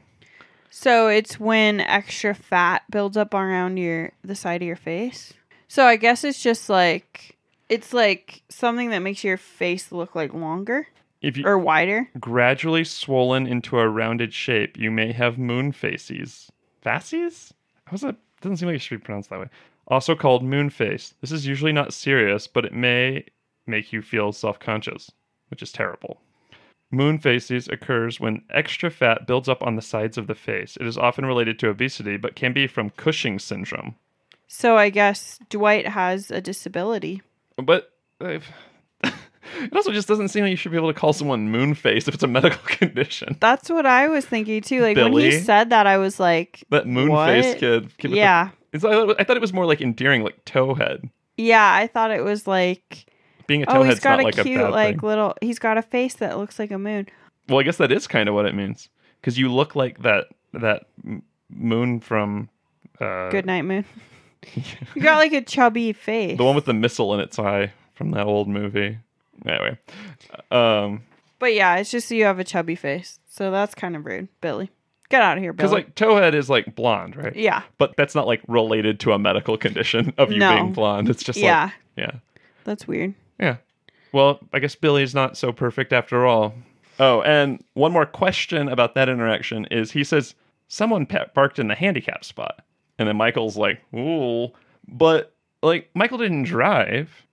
So it's when extra fat builds up around your the side of your face. So I guess it's just like it's like something that makes your face look like longer If you or wider. gradually swollen into a rounded shape, you may have moon faces. Faces? How's that? Doesn't seem like it should be pronounced that way. Also called moon face. This is usually not serious, but it may make you feel self-conscious, which is terrible. Moon faces occurs when extra fat builds up on the sides of the face. It is often related to obesity, but can be from Cushing syndrome. So I guess Dwight has a disability. But uh, <laughs> it also just doesn't seem like you should be able to call someone moonface if it's a medical <laughs> condition. That's what I was thinking too. Like when he Billy? said that, I <laughs> was like, That moonface What? kid. kid with the- yeah, it's, I, thought- I thought it was more like endearing, like towhead. yeah. I thought it was like, Being a oh, towhead's he's got not a like a cute, bad like thing. little. He's got a face that looks like a moon. Well, I guess that is kind of what it means because you look like that that m- moon from Uh, Good night, <laughs> Moon. you got like a chubby face. The one with the missile in its eye from that old movie. Anyway, um, But yeah, it's just you have a chubby face. So that's kind of rude, Billy. Get out of here, Billy. because like Toehead is like blonde, right? yeah. But that's not like related to a medical condition of you No. being blonde. It's just yeah. like, yeah, That's weird. yeah. Well, I guess Billy's not so perfect after all. Oh, and one more question about that interaction is he says someone pa- parked in the handicap spot, and then Michael's like, "Ooh," but like Michael didn't drive.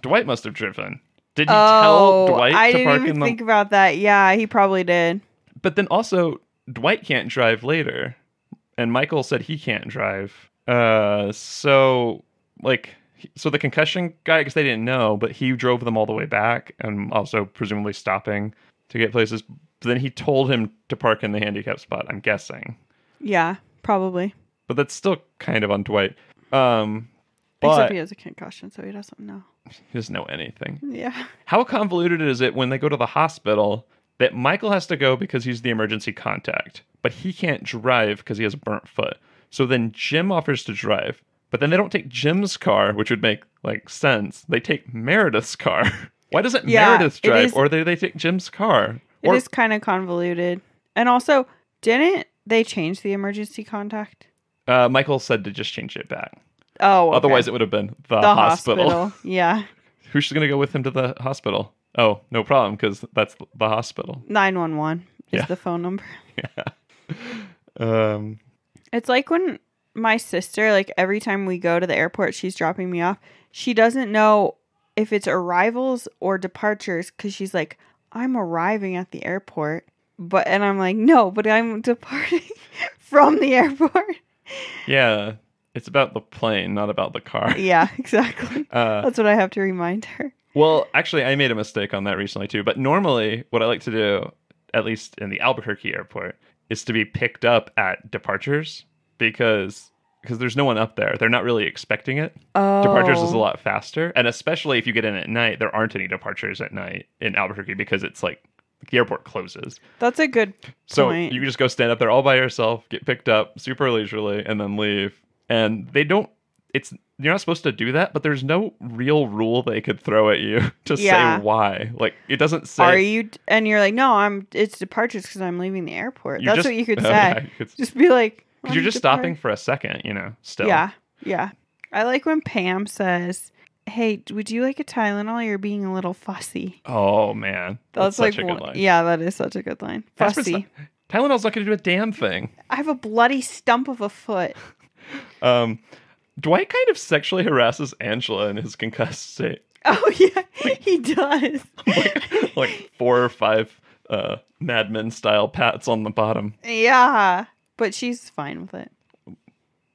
Dwight must have driven. Did he tell Dwight Oh, I to didn't park even in the think about that. Yeah, he probably did. But then also, Dwight can't drive later, and Michael said he can't drive. Uh, so like, he- so the concussion guy, because they didn't know, but he drove them all the way back, and also presumably stopping to get places. But then he told him to park in the handicap spot. I'm guessing, Yeah, probably. but that's still kind of on Dwight. Um, but Except he he has a concussion, so he doesn't know. doesn't know anything. Yeah. <laughs> How convoluted is it when they go to the hospital that Michael has to go because he's the emergency contact, but he can't drive because he has a burnt foot. So then Jim offers to drive, but then they don't take Jim's car, which would make like sense. They take Meredith's car. <laughs> Why doesn't Yeah, Meredith it drive, is- or do they take Jim's car? It or is kind of convoluted. And also, didn't they change the emergency contact? uh, Michael said to just change it back. Oh, okay. Otherwise, it would have been the, the hospital. Yeah. <laughs> Who's she going to go with him to the hospital? Oh, no problem, because that's the hospital. 911 is Yeah. the phone number. Um, It's like when my sister, like every time we go to the airport, she's dropping me off. She doesn't know if it's arrivals or departures because she's like, I'm arriving at the airport. But, and I'm like, no, but I'm departing <laughs> from the airport. <laughs> Yeah, it's about the plane, not about the car. yeah, exactly. <laughs> Uh, That's what I have to remind her. well, actually, I made a mistake on that recently too. But normally, what I like to do, at least in the Albuquerque airport, is to be picked up at departures because because there's no one up there. They're not really expecting it. Oh. Departures is a lot faster, and especially if you get in at night, there aren't any departures at night in Albuquerque because it's like the airport closes. That's a good So Point. you just go stand up there all by yourself, get picked up super leisurely, and then leave. And they don't. It's you're not supposed to do that, but there's no real rule they could throw at you <laughs> to Yeah. say why. Like it doesn't say. Are you? d- And you're like, no, I'm. It's departures because I'm leaving the airport. you That's just- what you <laughs> could Oh, say. yeah, you could- Just be like, 'cause "I'm you're just depart-" stopping for a second, you know. Still, Yeah, yeah. I like when Pam says, "Hey, d- would you like a Tylenol? You're being a little fussy." Oh man, That's, like, such a one- good line. yeah, that is such a good line. Aspen's Fussy. not- Tylenol's not going to do a damn thing. I have a bloody stump of a foot. <laughs> Um, Dwight kind of sexually harasses Angela in his concussed state, Oh yeah, <laughs> he does. Oh like, like four or five uh, Mad Men style pats on the bottom. yeah, but she's fine with it.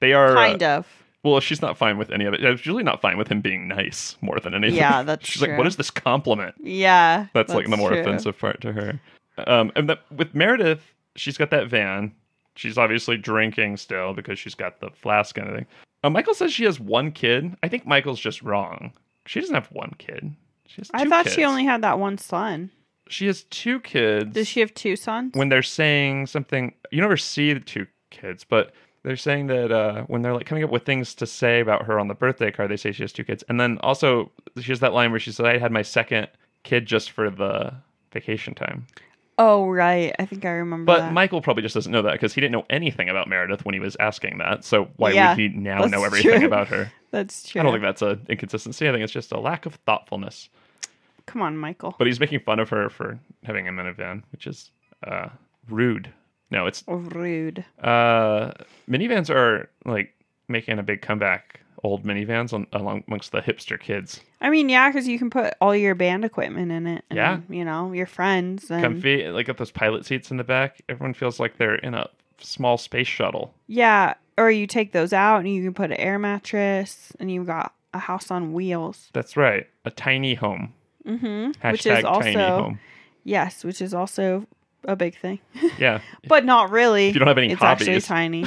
They are uh, kind of. Well, she's not fine with any of it. She's really not fine with him being nice more than anything. <laughs> Yeah, that's she's true. like, what is this compliment? Yeah. That's, like the more true. offensive part to her. Um, and that, with Meredith, she's got that van. She's obviously drinking still because she's got the flask and everything. Uh, Michael says she has one kid. I think Michael's just wrong. She doesn't have one kid. She has two I thought she kids. only had that one son. she has two kids. Does she have two sons? when they're saying something you never see the two kids but they're saying that uh, when they're like coming up with things to say about her on the birthday card they say she has two kids and then also she has that line where she said i had my second kid just for the vacation time oh right, I think I remember. but that. michael probably just doesn't know that because he didn't know anything about meredith when he was asking that so why Yeah, would he now that's know everything <laughs> true. about her that's true. i don't think that's an inconsistency i think it's just a lack of thoughtfulness Come on, Michael. but he's making fun of her for having him in a van which is uh, rude no it's Oh, Rude. Uh, minivans are like making a big comeback. Old minivans on, along amongst the hipster kids, I mean, yeah, because you can put all your band equipment in it. And, Yeah. You know, your friends and comfy. Like got those pilot seats in the back. Everyone feels like they're in a small space shuttle. yeah, or you take those out and you can put an air mattress and you've got a house on wheels. That's right, a tiny home. Mm-hmm. Hashtag which is also tiny home. yes, which is also a big thing, Yeah, <laughs> but not really. If you don't have any <laughs> it's actually hobbies. tiny.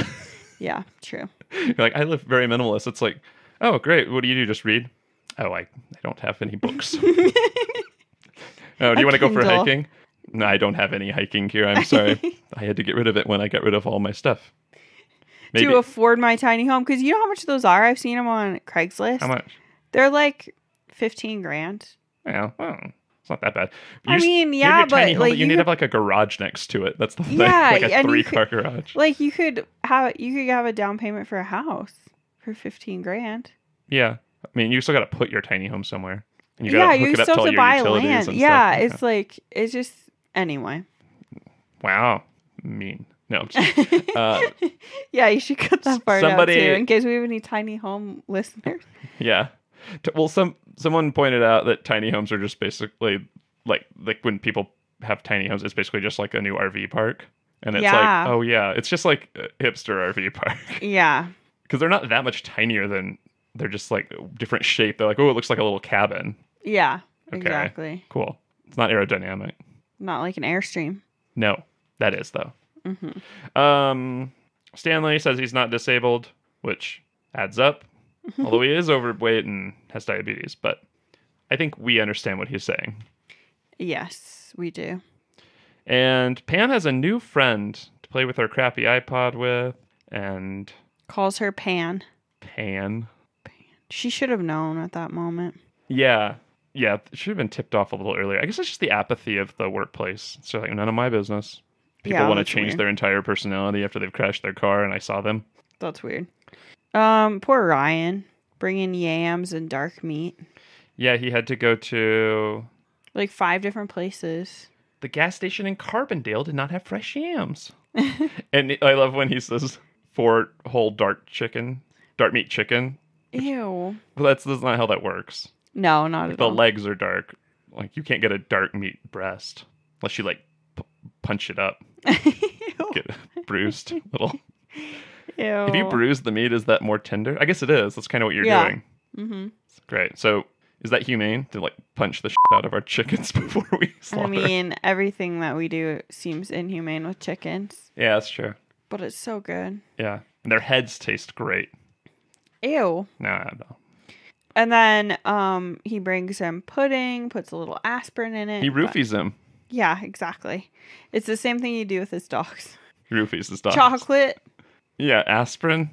yeah, true. <laughs> you're like I live very minimalist. It's like, oh great, what do you do? Just read? Oh, I, I don't have any <laughs> books. oh, do A you want to go for Kindle. hiking? <laughs> No, I don't have any hiking gear. I'm sorry. I had to get rid of it when I got rid of all my stuff. Maybe. to afford my tiny home because you know how much those are. I've seen them on Craigslist. How much? They're like fifteen grand. Yeah, well, oh, it's not that bad. I just- mean, you have your yeah, tiny but home, like you, need to have like a garage next to it. That's the thing. Yeah, like a and three you car garage. Like you could have you could have a down payment for a house for fifteen grand. Yeah, I mean, you still got to put your tiny home somewhere. And you yeah, gotta hook you it up still all have to your buy utilities land. and Yeah, stuff. it's like it's just anyway. <laughs> wow, mean. No, I'm just- Uh, yeah, you should cut that part out somebody- too, in case we have any tiny home <laughs> listeners. yeah. T- Well, some someone pointed out that tiny homes are just basically like like when people have tiny homes, it's basically just like a new RV park, and it's Yeah. like, oh yeah, it's just like a hipster RV <laughs> park. Yeah, because they're not that much tinier than they're just like different shape. They're like, oh, it looks like a little cabin. yeah, Okay. exactly. Cool. It's not aerodynamic. Not like an airstream. No, that is though. hmm Um, Stanley says he's not disabled, which adds up. Mm-hmm. Although he is overweight and has diabetes, but I think we understand what he's saying. Yes, we do. And Pam has a new friend to play with her crappy iPod with, and Calls her Pan. Pan. She should have known at that moment. Yeah. Yeah. it Should have been tipped off a little earlier. I guess it's just the apathy of the workplace. It's just like none of my business. People Yeah, want to that's change weird. their entire personality after they've crashed their car and I saw them. That's weird. Um, poor Ryan bringing yams and dark meat, Yeah, he had to go to like five different places. the gas station in Carbondale did not have fresh <laughs> yams. and I love when he says four whole dark chicken, dark meat chicken. Ew. But that's, that's not how that works. No, not at The all. legs are dark. Like you can't get a dark meat breast unless you like p- punch it up, Ew. <laughs> get bruised a little. <laughs> Ew. If you bruise the meat, is that more tender? I guess it is. That's kind of what you're Oh. Yeah. doing. hmm Great. So is that humane to like punch the <laughs> shit out of our chickens <laughs> before we slaughter? I mean, everything that we do seems inhumane with chickens, yeah, that's true. but it's so good. Yeah, and their heads taste great. Ew. No, I don't. And then um, he brings him pudding, puts a little aspirin in it. He <laughs> but- roofies him. Yeah, exactly. It's the same thing you do with his dogs. He roofies his dog. Chocolate. Yeah, aspirin.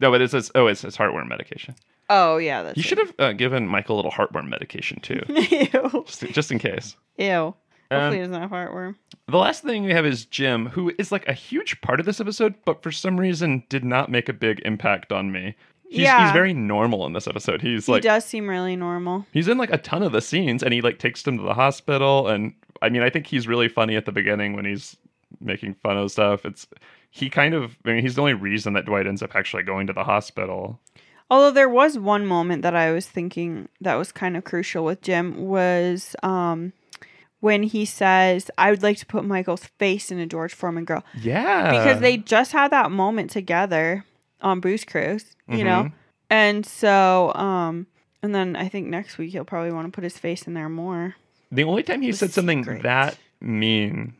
No, but it says oh, it says heartworm medication. Oh yeah, that's Mm-hmm. You should have uh, given Michael a little heartworm medication too, it. Ew. just, just in case. <laughs> Ew. Um, Hopefully it's not a heartworm. The last thing we have is Jim, who is like a huge part of this episode, but for some reason did not make a big impact on me. He's, he's Yeah. very normal in this episode. He's He like does seem really normal. he's in like a ton of the scenes, and he like takes them to the hospital. And I mean, I think he's really funny at the beginning when he's making fun of stuff. It's he kind of I mean he's the only reason that Dwight ends up actually going to the hospital. Although there was one moment that I was thinking that was kind of crucial with Jim was um when he says, I would like to put Michael's face in a George Foreman girl. Yeah, Because they just had that moment together on Bruce Cruise, you know? Mhm. And so, um, and then I think next week he'll probably want to put his face in there more. the only time he The said something secret. that mean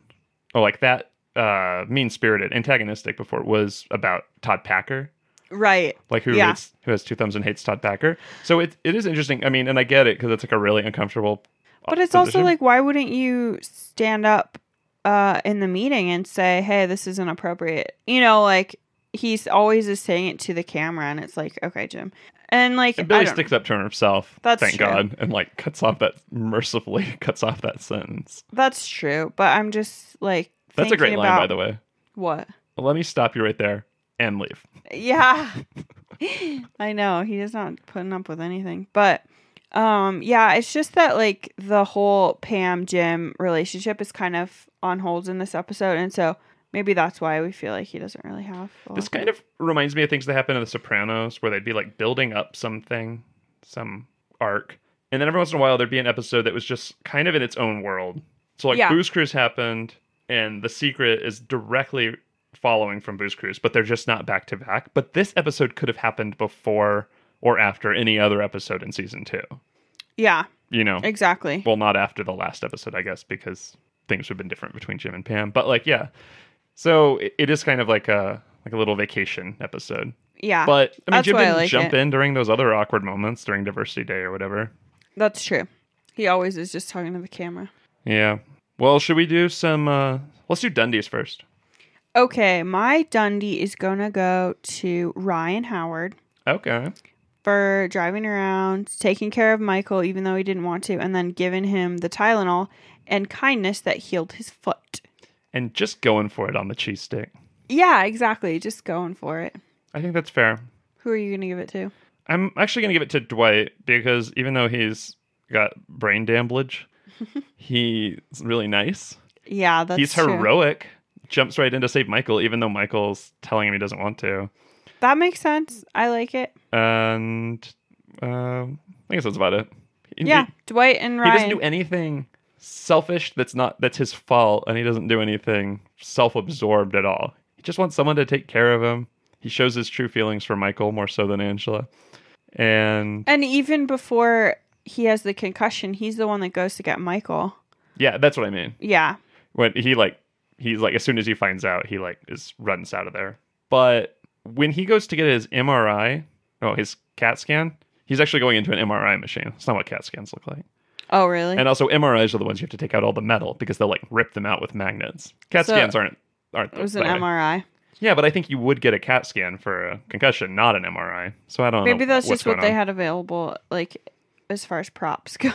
or like that uh mean spirited antagonistic before was about Todd Packer. Right. like who Yeah. hates who has two thumbs and hates Todd Packer. So it it is interesting. I mean, and I get it because it's like a really uncomfortable. But it's also position. like, why wouldn't you stand up uh, in the meeting and say, hey, this isn't appropriate? You know, like he's always is saying it to the camera, and it's like, okay, Jim. And like, And I Billy don't sticks up to himself. That's thank true. God, and like cuts off that mercifully <laughs> cuts off that sentence. know. that's true. But I'm just like, That's a great thinking line, about by the way. What? Let me stop you right there and leave. Yeah. <laughs> I know. He is not putting up with anything. But um yeah, it's just that like the whole Pam Jim relationship is kind of on hold in this episode and so maybe that's why we feel like he doesn't really have a This lot. kind of reminds me of things that happen in The Sopranos, where they'd be like building up something, some arc, and then every once in a while there'd be an episode that was just kind of in its own world. So like Yeah. Booze Cruise happened, and The Secret is directly following from Booze Cruise, but they're just not back to back. But this episode could have happened before or after any other episode in season two. Yeah, You know, exactly. well, not after the last episode, I guess, because things have been different between Jim and Pam. But like, yeah, so it, it is kind of like a like a little vacation episode. Yeah. But I mean, That's Jim why I didn't like jump it. in during those other awkward moments during Diversity Day or whatever. that's true. He always is just talking to the camera. Yeah. Well, should we do some? uh Let's do Dundee's first. Okay, my Dundee is gonna go to Ryan Howard Okay. for driving around, taking care of Michael even though he didn't want to, and then giving him the Tylenol and kindness that healed his foot. And just going for it on the cheese stick. Yeah, exactly. Just going for it. I think that's fair. Who are you gonna give it to? I'm actually going to give it to Dwight because even though he's got brain <laughs> damage, he's really nice. Yeah, that's he's true. heroic. Jumps right in to save Michael, even though Michael's telling him he doesn't want to. That makes sense. I like it. And um I guess that's about it. He- yeah, Dwight and he, he Ryan. doesn't do anything selfish. That's not that's his fault, and he doesn't do anything self-absorbed at all. He just wants someone to take care of him. He shows his true feelings for Michael more so than Angela. And and even before he has the concussion, he's the one that goes to get Michael. yeah, that's what I mean. Yeah. when he like he's like as soon as he finds out he like is runs out of there but when he goes to get his mri oh his cat scan he's actually going into an mri machine it's not what cat scans look like Oh, really? and also mris are the ones you have to take out all the metal because they'll like rip them out with magnets cat So- scans aren't aren't it was an that way. MRI. yeah but i think you would get a cat scan for a concussion not an mri so i don't know Maybe that's what's just what going they on. had available, like as far as props <laughs> go.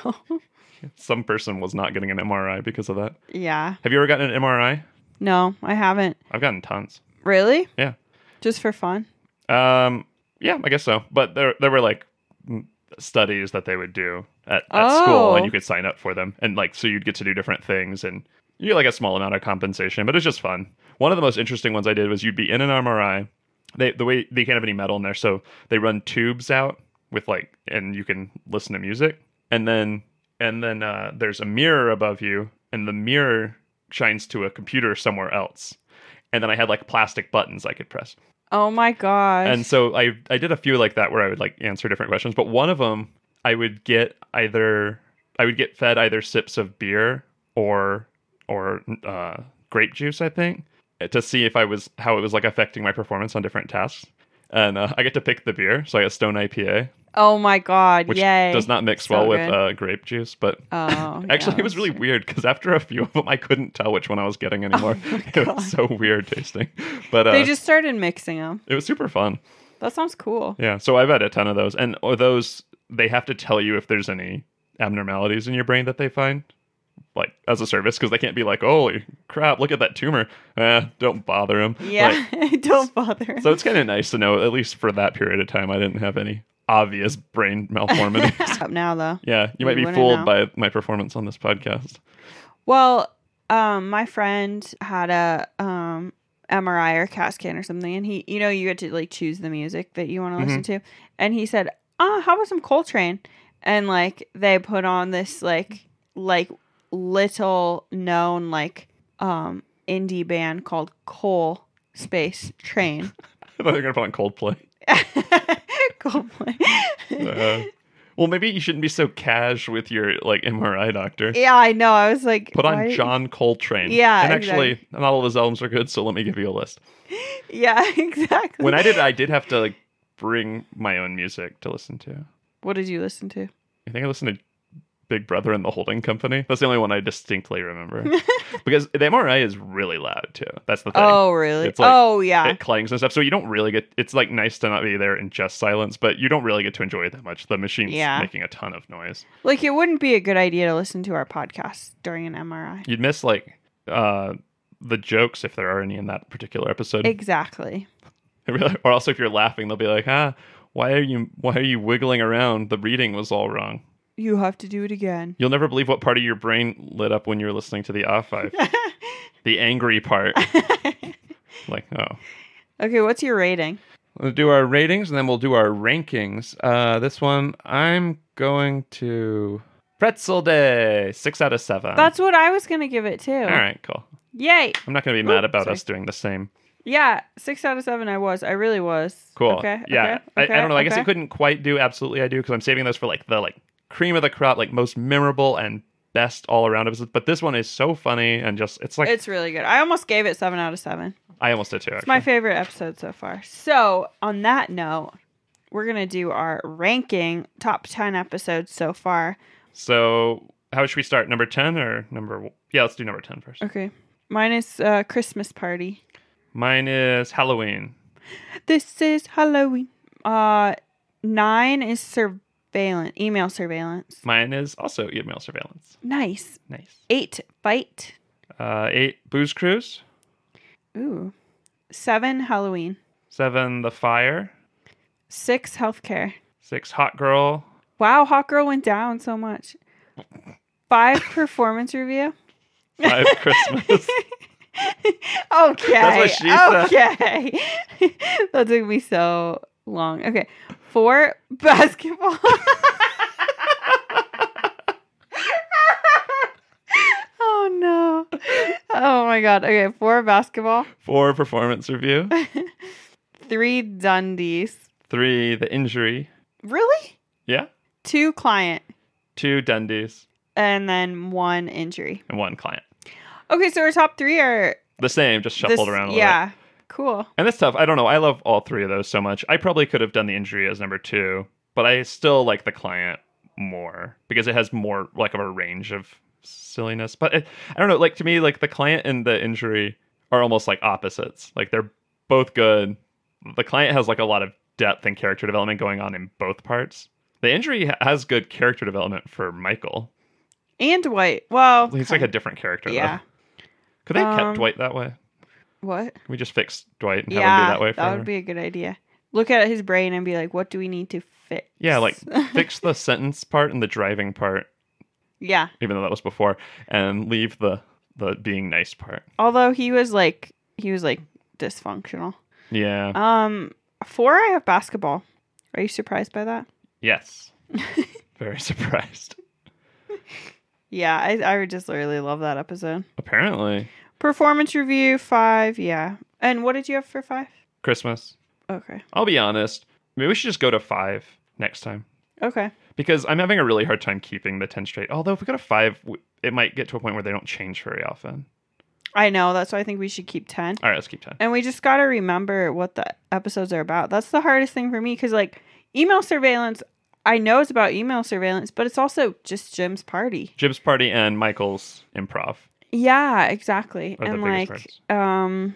some person was not getting an mri because of that yeah. have you ever gotten an mri No, I haven't. i've gotten tons Really? yeah Just for fun? Um, yeah, I guess so. But there there were like m- studies that they would do at, at school, Oh. and you could sign up for them, and like so you'd get to do different things, and you get like a small amount of compensation, but it's just fun. One of the most interesting ones I did was you'd be in an MRI. They the way they can't have any metal in there, so they run tubes out with like, and you can listen to music, and then and then uh, there's a mirror above you, and the mirror shines to a computer somewhere else. And then I had like plastic buttons I could press Oh my gosh. and so I I did a few like that where I would like answer different questions, but one of them I would get either I would get fed either sips of beer or or uh, grape juice, I think, eh, to see if I was how it was like affecting my performance on different tasks. And uh, I get to pick the beer, so I got Stone IPA, oh my god. which Yay. does not mix So well good. with uh, grape juice. But Oh, <laughs> actually, yeah, it was that's really true. weird because after a few of them, I couldn't tell which one I was getting anymore. Oh my <laughs> it God. was so weird tasting, but uh, They just started mixing them. it was super fun. That sounds cool. Yeah, so I've had a ton of those, and or those they have to tell you if there's any abnormalities in your brain that they find, like as a service, because they can't be like, "Holy crap, look at that tumor!" Eh, don't bother them. Yeah. <laughs> Don't bother. so it's kind of nice to know, at least for that period of time, I didn't have any obvious <laughs> brain malformities. Up now though. yeah, you You might be wouldn't fooled know. by my performance on this podcast. <laughs> Well, um, my friend had a um MRI or CAT scan or something, and he, you know, you get to like choose the music that you want to Mm-hmm. listen to, and he said, "Ah, how about some Coltrane?" And like they put on this like like little known like um indie band called Coal Space Train. <laughs> I thought they were gonna put on Coldplay. <laughs> Uh, Coldplay. well, maybe you shouldn't be so cash with your like MRI doctor. yeah, I know. I was like, Put on why- John Coltrane. Yeah, and actually, not all of his albums are good, so let me give you a list. <laughs> Yeah, <laughs> exactly. when I did, I did have to like bring my own music to listen to. what did you listen to? I think I listened to Big Brother and the Holding Company. That's the only one I distinctly <laughs> remember because the MRI is really loud too. That's the thing. Oh, really? It's like- oh, yeah. It clangs and stuff, so you don't really get. It's like nice to not be there in just silence, but you don't really get to enjoy it that much. The machine's Yeah. making a ton of noise. Like it wouldn't be a good idea to listen to our podcast during an MRI. You'd miss like uh the jokes if there are any in that particular episode, Exactly. <laughs> or also if you're laughing, they'll be like, "Ah, why are you? Why are you wiggling around? The reading was all wrong." You have to do it again. <laughs> You'll never believe what part of your brain lit up when you were listening to the <laughs> A5. the angry part. like, oh. Okay, what's your rating? We'll do our ratings and then we'll do our rankings. Uh, this one, I'm going to Pretzel Day. Six out of seven. That's what I was gonna give it too. all right, cool. Yay. I'm not going to be mad Ooh, about sorry. us doing the same. Yeah, six out of seven. I was. I really was. Cool. Okay. yeah. Okay. I, I don't know. I guess okay. I couldn't quite do absolutely I do because I'm saving those for like the like cream of the crop, like most memorable and best all around episodes. But this one is so funny and just it's like It's really good. I almost gave it seven out of seven. I almost did too. It's my actually. favorite episode so far. So, on that note, we're going to do our ranking top 10 episodes so far. So how should we start? Number ten or number? Yeah, let's do number ten first. Okay. Mine is uh, Christmas Party. Mine is Halloween. This is Halloween. Uh, nine is surveillance, email surveillance. Mine is also email surveillance. Nice. Nice. Eight, bite. Uh, eight, booze cruise. Ooh. Seven, Halloween. Seven, the fire. Six, healthcare. Six, hot girl. Wow, Hot Girl went down so much. Five, performance review. <laughs> Five, Christmas. okay. she said. okay. <laughs> that took me so long. Okay. Four <laughs> basketball. <laughs> oh no. Oh my god. Okay, four basketball. Four, performance review. Three Dundies. Three, the injury. Really? Yeah. Two client. Two, Dundies. And then one injury. And one client. Okay, so our top three are The same, just this- shuffled around a little bit. Yeah. Cool. And that's tough. I don't know. I love all three of those so much. I probably could have done the injury as number two, but I still like the client more because it has more like of a range of silliness. But it, I don't know. Like to me, like the client and the injury are almost like opposites. Like they're both good. The client has like a lot of depth and character development going on in both parts. The injury ha- has good character development for Michael. And Dwight. Well, He's like a different character. yeah. Though. Could they have Um, kept Dwight that way? What? Can we just fix Dwight and yeah, have him be that way? would forever? be a good idea. Look at his brain and be like, what do we need to fix? Yeah, like <laughs> fix the sentence part and the driving part, yeah. even though that was before, and leave the the being nice part. Although he was like, he was like dysfunctional. Yeah. Um, four. I have basketball. Are you surprised by that? <laughs> yes. Very surprised. Yeah, I I would just really love that episode. Apparently, Performance review five. Yeah. And what did you have for five? Christmas. Okay. I'll be honest. Maybe we should just go to five next time Okay. because I'm having a really hard time keeping the ten straight. Although if we go to five, w- it might get to a point where they don't change very often. I know. That's why I think we should keep ten. All right, let's keep ten. And we just got to remember what the episodes are about. That's the hardest thing for me because, like, email surveillance, I know it's about email surveillance, but it's also just Jim's party. Jib's party and Michael's improv. Yeah, exactly. Are the and, biggest like, um,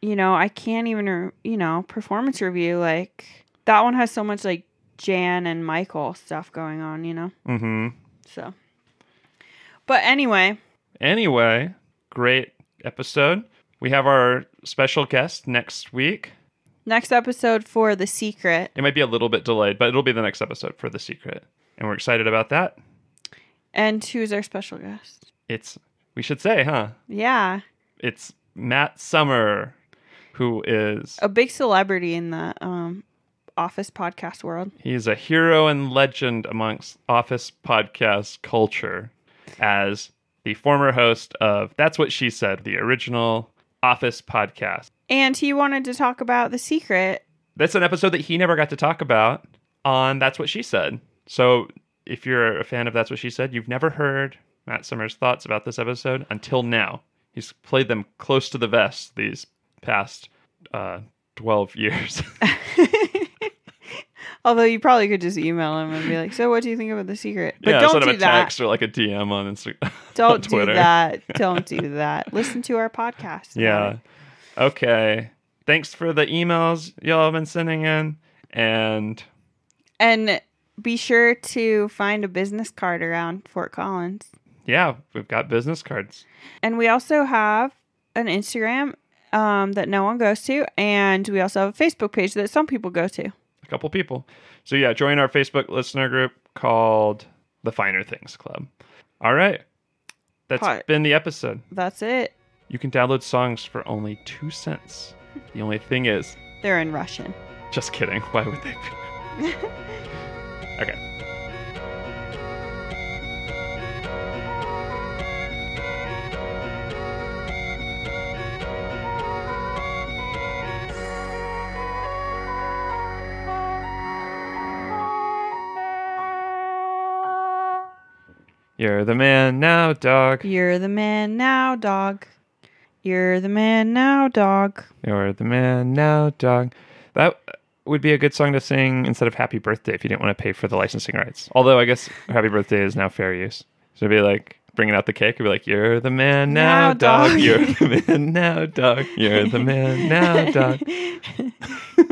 you know, I can't even, re- you know, performance review. Like, that one has so much, like, Jan and Michael stuff going on, you know? Mm-hmm. So, but anyway, Anyway, great episode. We have our special guest next week. next episode for The Secret. It might be a little bit delayed, but it'll be the next episode for The Secret. And we're excited about that. And who's our special guest? It's, we should say, huh? Yeah. It's Matt Summer, who is, a big celebrity in the um, office podcast world. he's a hero and legend amongst office podcast culture as the former host of That's What She Said, the original office podcast. And he wanted to talk about The Secret. <laughs> That's an episode that he never got to talk about on That's What She Said. So if you're a fan of That's What She Said, you've never heard Matt Summers' thoughts about this episode until now. He's played them close to the vest these past uh, 12 <laughs> <laughs> years. Although you probably could just email him and be like, "So, what do you think about The Secret?" But yeah, don't sort of do a that. text or like a DM <laughs> on Instagram. Don't do Twitter. that. <laughs> Don't do that. Listen to our podcast. about Yeah. it. Okay. Thanks for the emails y'all have been sending in. And And be sure to find a business card around Fort Collins. yeah, we've got business cards. And we also have an Instagram um, that no one goes to, and we also have a Facebook page that some people go to. a couple people. So yeah, join our Facebook listener group called the Finer Things Club. All right. that's Hi. been the episode. That's it. You can download songs for only 2 cents. The only thing is, They're in Russian. just kidding. Why would they be? Okay. You're the man now, dog. You're the man now, dog. You're the man now, dog. You're the man now, dog. That would be a good song to sing instead of Happy Birthday if you didn't want to pay for the licensing rights. Although I guess Happy Birthday is now fair use. So it'd be like bringing out the cake and be like, "You're the man now, Now, dog. dog." You're the man now, dog. You're the man now, dog."